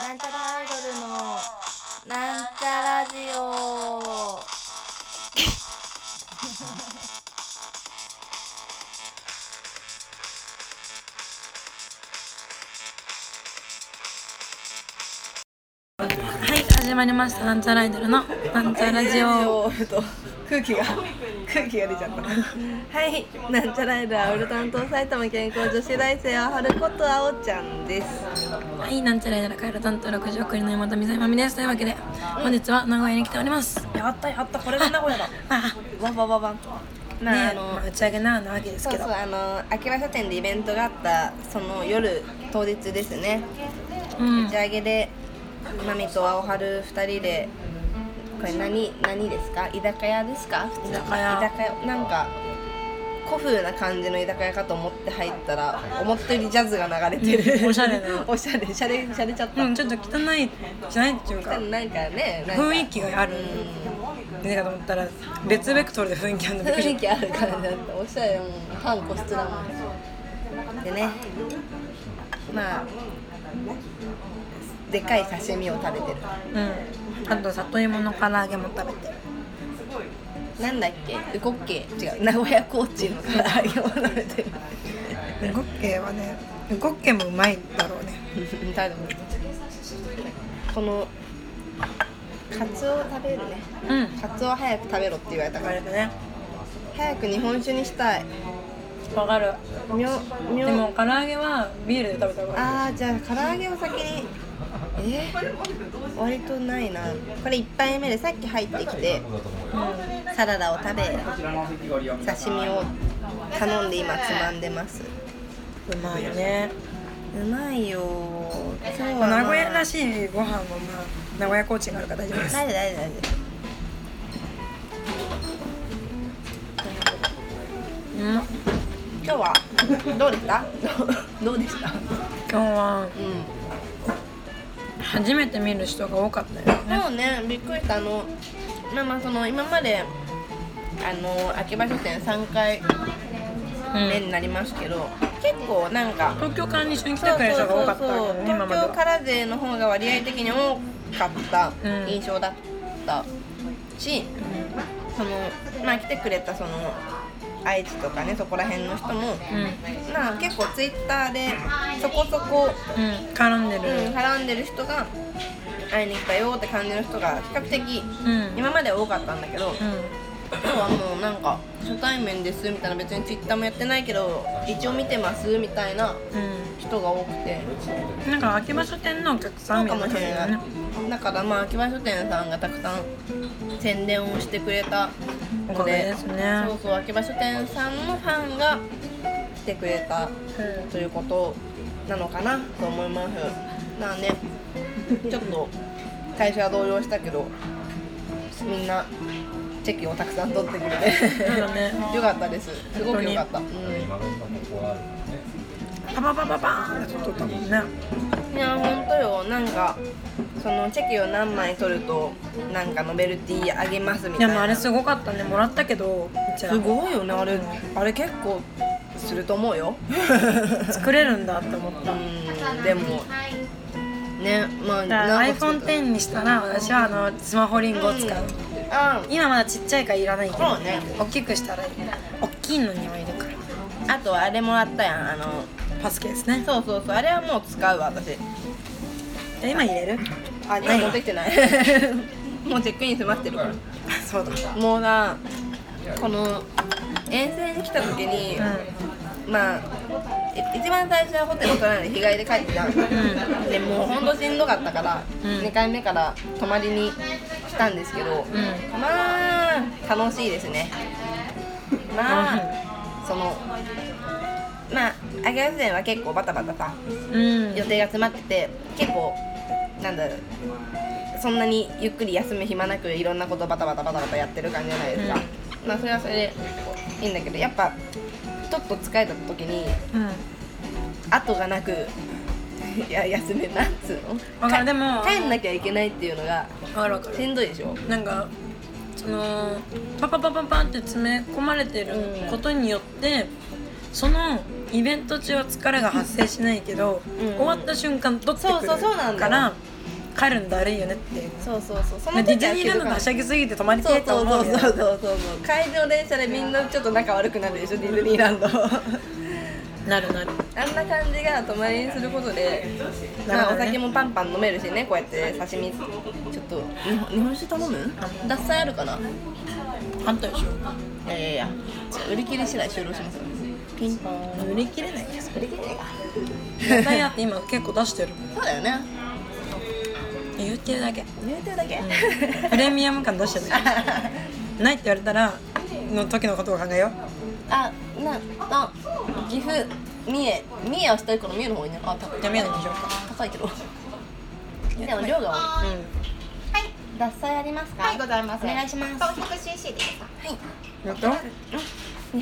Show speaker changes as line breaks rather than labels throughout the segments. なんちゃらアイドルのなんちゃラジオ
はい、始まりました。なんちゃらアイドルのなんちゃラジオ。
えっと空気が空気が出ちゃったはいなんちゃらアイドルアウル担当埼玉健康女子大生ははることあおちゃんです
はい、なんちゃらアイドルカエル担当六十億人の山田美沙まみです。というわけで、本日は名古屋に来ております。
やったやったこれが名古屋だ
あ、
わわわわん
ね
なあ
あ
の
の打ち上げななわけです
そう
け
そ
ど
う、あの秋葉書店でイベントがあったその夜当日ですね
うん、
打ち上げでまみと青春二人でこれ何何ですか居酒屋ですか普通
居酒屋
居酒屋なんか古風な感じの居酒屋かと思って入ったら思ったよりジャズが流れてる
おしゃれな
おしゃれしゃれしゃれちゃった、
うん、ちょっと汚いじゃないっていうか、
なんかねなんか
雰囲気がある。ねかと思ったら別ベクトルで雰囲気あるのびっくり
雰囲
し
気ある感じだったおしゃれもう半個室だもんでねまあでかい刺身を食べてる
た。うん。あと里芋の唐揚げも食べて。
なんだっけウコッケ違う名古屋コーチンの唐揚げを食べてる
うごっけはね、うごっけもうまいだろうね。
食べたこのカツオを食べるね
うん。
カツオ早く食べろって言われたか
あ
ら
れだね。
早く日本酒にしたい
わかる。
みょみ
で
ょ
も唐揚げはビールで食べた方がいい。
あーじゃあ唐揚げを先にえー、割とないなこれ1杯目でさっき入ってきて
う
サラダを食べ刺身を頼んで今つまんでます
ん、うまいね
うまいよ今日は、
まあ名古屋らしいご飯もまあ名古屋コーチンがあるから大丈夫です
大丈夫大丈夫大丈
うん今
夫今日はどうでしたどうでした
日は
うん
初めて見る人が多かったよね
そうねびっくりしたあのまあまあその今まであの秋葉書店3回目になりますけど、結構なんか
東京から一緒に来てくれる人が多かった
そうそう
よ
そう
ね今まで
東京
は
から勢の方が割合的に多かった
うん
印象だったし、そのまあ来てくれたその愛知とかねそこら辺の人も、
うん、うん
まあ結構ツイッターでそこそこ、
絡んで
うん、
る
絡んでる人が会いに来たよって感じの人が比較的
うんうん
今までは多かったんだけど今日はもうなんか初対面ですみたいな別にツイッターもやってないけど一応見てますみたいな人が多くて。
うんなんか秋葉書店のお客さ
そ
ん
う
み
かも
たいな
し
感じ
れな
だ
い
ね。
だからまあ秋葉書店さんがたくさん宣伝をしてくれた
お
の
かげ
で、
ですね
そうそう秋葉書店さんのファンが来てくれたということなのかなと思います。なあね、ちょっと最初は動揺したけど、みんなチェキをたくさん取ってくれ
そうだ
て、
ね
よかったです。すごくよかった。うん
パパパパパーンって撮ったもんね
いや本当よなんかそのチェキを何枚取るとなんかノベルティあげますみ
い
たい
や
な
もうあれすごかったねもらったけどじゃ
すごいよねあれあれ結構すると思うよう
あ作れるんだって思った
んでもねまあ
だから
何個作った
iPhone10 にしたら私はあのスマホリンゴを使う、
あ
今まだちっちゃいからいらないけど
そうね
大きくしたらいい大きいのにはいるから
あとあれもらったやんあの
パスケですね
そうそうそうあれはもう使うわ私
じゃあ今入れる
あ
ない
何持ってきてない もうチェックイン済まってるから
あそうだ
もうなこの遠征に来た時に、
う
まあい一番最初はホテル取らないで日帰りで帰ってたん
ん
でもうほんとしんどかったから、
うん
2回目から泊まりに来たんですけど、
ん
まあ楽しいですねまあそのまあ秋葉原は結構バタバタさ
うんうん
予定が詰まってて結構なんだろうそんなにゆっくり休む暇なくいろんなことバタバタバタバタやってる感じじゃないですか、まあそれはそれでいいんだけどやっぱちょっと疲れた時に
うん
後がなく いや休めなんつう
わ
の
かるでも
帰んなきゃいけないっていうのが
分かる分か
しんどいでしょ
るなんかそのパパパパパンって詰め込まれてることによってそのイベント中は疲れが発生しないけど、
うん
終わった瞬間取ってく
そうそうそうなんだよ
るから帰るのだるいよねっていう
そうそうそうそ
まあデ
時
ィズ
は
ニ
聞
ー
け
ラン
るか
ドが
ら
はしゃぎすぎて泊まり
そ
た
う
いと
そう
思
そうう
よ
そうそうそう帰りの電車でみんなちょっと仲悪くなるでしょディズニーラ ンド
なるなる
あんな感じが泊まりにすることで、まあ、お酒もパンパン飲めるしねこうやって刺身ちょっと日本日本酒頼む獺祭あるかな
反対でし
いやいやいや売り切れ次第終了しますよピンポーン
ょ売り切れないよ
売り切れないか
絶対やって今結構出してる
そうだよ ね
言ってるだけ
入店だけ
プレミアム感出してるだけないって言われたらの時のことを考えよ
あなあ岐阜三重三重はしたいから三重の方にねあ高
う
い
じゃあ宮野にしようか
高いけどでも量が多い
うん
脱菜ありますか。
はいございます
お願いします。は
顔 100cc でいいですか
えっと
い。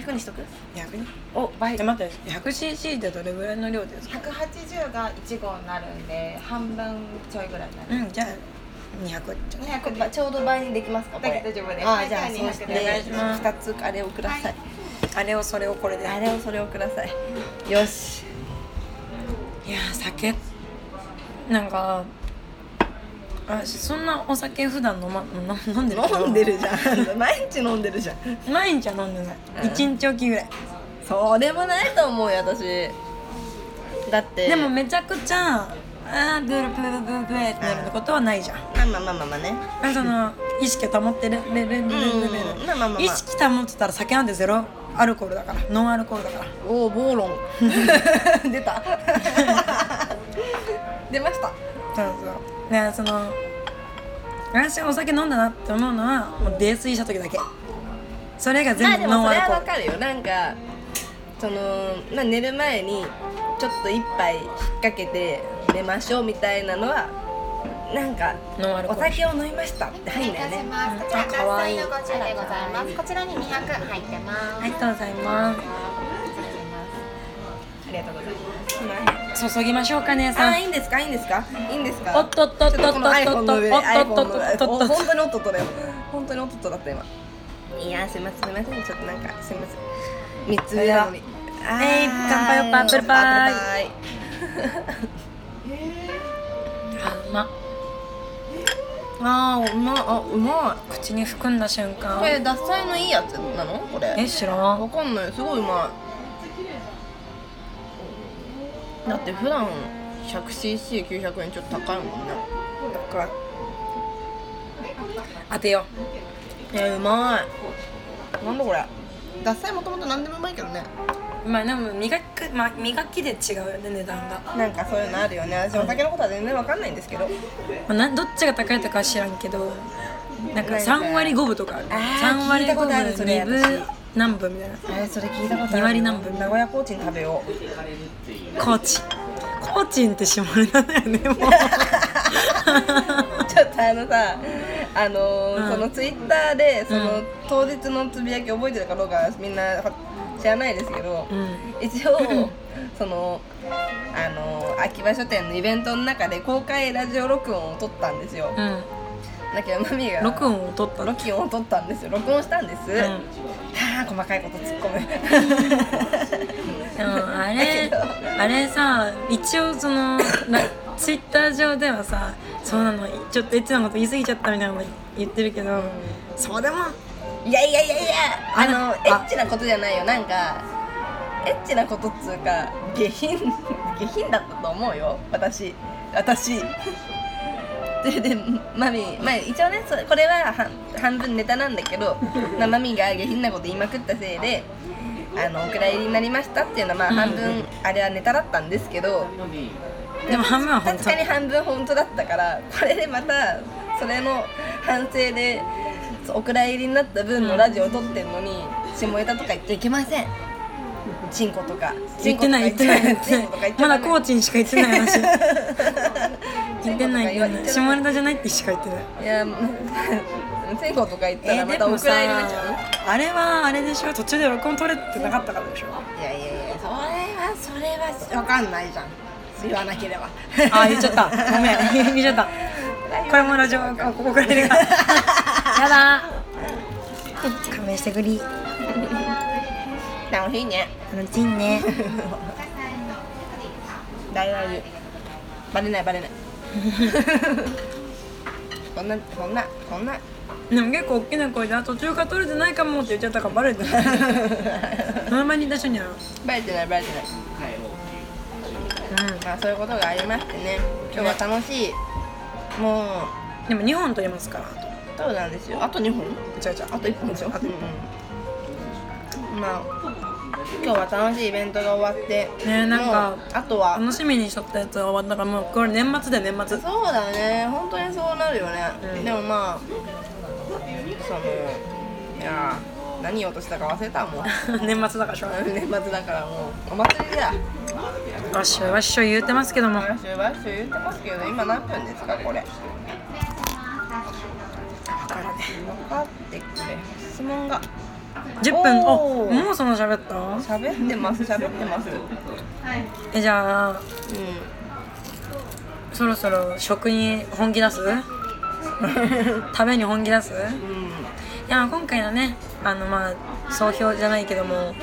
200にしとく。
100に
お、倍
え。待って 100cc ってどれぐらいの量ですか
180が1号になるんで半分ちょいぐらいになる
うんじゃあ200じゃ
200
ばちょうど倍にできますか。これ
大丈夫です
あ、じゃあ、
はい
そ
じゃあ
うして
200
お願いします
二つあれをください。
あれをそれをこれでい
あ
や
れをそれをください。よし。
ー酒なんかあそんなお酒普段飲ま飲飲んでるけど
飲んでるじ ゃん。毎日飲んでるじゃん。
毎日は飲んでない
うん
一日おきぐらい
それもないと思うよ、私。だって。
でも、めちゃくちゃあーブルブルブルブルってなることはないじゃん
まあまあまあまあまあね。
あその意識を保ってるレベルレベルレベ
うんまあまあまあまあ
ル意識保ってたら酒なんてゼロアルコールだからノンアルコールだから
おお、暴論。 出た。出ました。
そうそうねその私はお酒飲んだなって思うのはもう泥酔した時だけそれ
ま
が
あ
全
で
部
も
ノン
そ
ア
れ
ルコ
はわ
ール、
かるよなんかその、まあ、寝る前にちょっと一杯引っ掛けて寝ましょうみたいなのはなんか
ノンアルコ
お
ール
酒を飲みましたって
は
入
い、お
んだ
願
よ
いし
ね
ます。こちら、脱菜の50でございます。こちらに200入ってます。
ありがとうございま
ありがとうございます
す注ぎましょうか姉
あ
さ
ー
ん
いいんですかいいんですかいいんですか
おっとっとっとっと
ちょこの iPhone の上で
おっとっ
iPhone
とっと
の上で
おっとっと
本当におっとっとだよ本当におっとっとだった今いやーすいませんすいませんちょっとなんかすいません3つ上なのにあー
えい乾杯よアップルパイ
アップルパイ
あうま
あーうまいあうまい
口に含んだ瞬間
これ脱菜のいいやつなのこれ
え知らん
わかんないすごいうまいだって普段 100cc900 円ちょっと高いもんね高い
当てよ
えうまいなんだこれ脱菜もともと何でもうまいけどね
うまあでも磨く、まあ、磨きで違うよね値段が、ま
なんかそういうのあるよね私お酒のことは全然わかんないんですけど
あなどっちが高いとかは知らんけどなんか3割5分とかある
あー
3割
聞いたことある
5
そ
分
れ
2分何分みたいな
えそれ聞いたことある
二割何分
名古屋コーチン食べよう
コーチンコーチンって下ネタだよね
ち
もう
ょっとあのさあのー
うん
そのツイッターでその、
うん
当日のつぶやき覚えてるかどうかみんなは知らないですけど、
うん
一応そのあの秋葉書店のイベントの中で公開ラジオ録音を撮ったんですよ、
うん
だけどマミが
録音を取ったの
録音を撮ったんですよ録音したんです、
うん、
はあ細かいこと突っ込む
でもあれ
だ
あれさ一応そのなツイッター上ではさそうなのちょっとエッチなこと言い過ぎちゃったみたいなこと言ってるけど、そうでも
いやいやいやいやあの
あ
エッチなことじゃないよなんかエッチなことっつうか下品 下品だったと思うよ私私ででマミ、まあ、一応ねそこれは半半分ネタなんだけ ど、まあ、マミが下品なこと言いまくったせいであのお蔵入りになりましたっていうのはまあ半分あれはネタだったんですけど、
でも半分は本
確
当
かに半分本当だったからこれでまたそれの反省でそうお蔵入りになった分のラジオを撮ってんのに下ネタとか言っちゃいけませんチンコとか
言ってない言ってない言って
チ
な
ンコとか言
い
っち
ま
ゃダ
だ
メ
コーチンしか言ってない 話
チンコとか言っちゃダメ
言ってない言ってない下ネタじゃないってしか言ってない
いやチンコとか言ったらま
で
たお
もさ
蔵入りになっちゃうね
あれはあれでしょ途中で録音取れてなかったからでしょ
いやいやいやそれはそれは分かんないじゃん言わなければ
あ言っちゃったごめん 言っちゃったこれもラジオあここ から入れがやだ勘弁してくり
楽しいね
楽しいね
大丈夫バレないバレない そんなそんなそんな
でも結構大きな声であ「途中から取れてないかも」って言っちゃったからバレてない その前にいた人には
バレてないバレてないまあそういうことがありましてね今日は楽しいもう
うんでも2本取りますから
そうなんですよあと2本
じゃあじゃ
あと1本でしょあと1本まあ今日は楽しいイベントが終わって
ねえなんか
もうあとは
楽しみにしとったやつが終わったからもうこれ年末で年末
そうだね本当にそうなるよね、
うん
でもまあそのいやー何言おうとしたか忘れたもう
年末だからしょうがない
年末だからもうお祭りだ
わっしょいわっしょい言うてますけども
毎週毎週言ってますけど今何分ですかこれ
からね
分かってくれ質問が
10分
おー
おもうそんな喋った
喋ってます喋ってます
えじゃあ
う
そろそろ食に本気出す食べに本気出す
んうん
いや今回のねあのまあ総評じゃないけども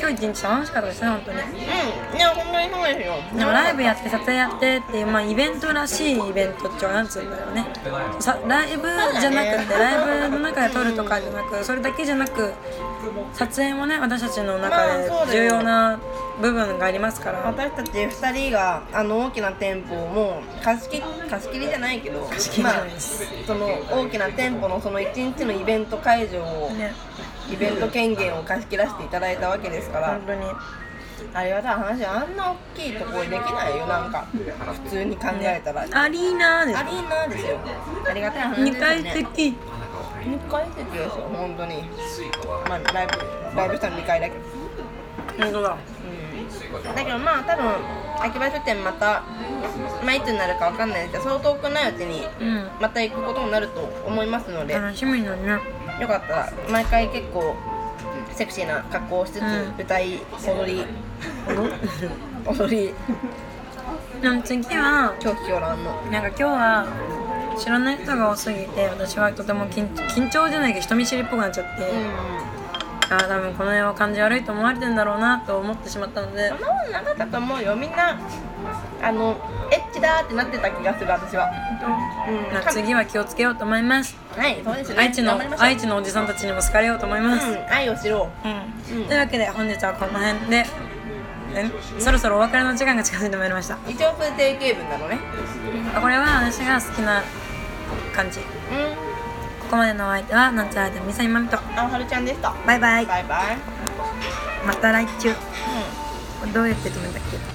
今日一日楽しかったですね本当に
うんいや本当にそうですよ
でもライブやって撮影やってっていうまあイベントらしいイベントっていうのはなんつうんだろうねさライブじゃなくてライブの中で撮るとかじゃなくそれだけじゃなく撮影もね私たちの中で
まあそうだよ
重要な部分がありますから
私たち2人があの大きな店舗をもう貸し切貸し切りじゃないけど
貸し切りじゃないです
まあ、その大きな店舗のその1日のイベント会場を、
ね
イベント権限を貸し切らせていただいたわけですから
本当に
ありがたい話あんな大きいところできないよなんか普通に考えたら、アリ
アリーナです
ーナですよありがたい話ですよね
2階席
2階席ですよ本当にまあライブライブしたの2階だけど
本当だ
だけどまあ多分秋葉書店また、まあ、いつになるかわかんないですけどそう遠くないうちに
うん
また行くことになると思いますので、
楽しみだね
よかったら毎回結構セクシーな格好をしつつ、
うん
舞台踊り踊り
でも次は
長期狂乱の
なんか今日は知らない人が多すぎて私はとても緊緊張じゃないけど人見知りっぽくなっちゃって、
うん
あー多分この辺は感じ悪いと思われてんだろうなと思ってしまったので
そんなことなかったと思うよみんなあのエッチだーってなってた気がする私はうん
まあ次は気をつけようと思います
はいそうですね
愛知の
頑張りましょう
愛知のおじさんたちにも好かれようと思います、
うん愛を知ろ
うん
うん
というわけで本日はこの辺で、えそろそろお別れの時間が近づいてまいりました
う一応それ定型文なのね
あこれは私が好きな感じこ
う
こまでのお相手はなんちゃらでみさいまみと
んあおはるちゃんでした
バイバイ
バイバイ
また来週
うん
どうやって止めたっけ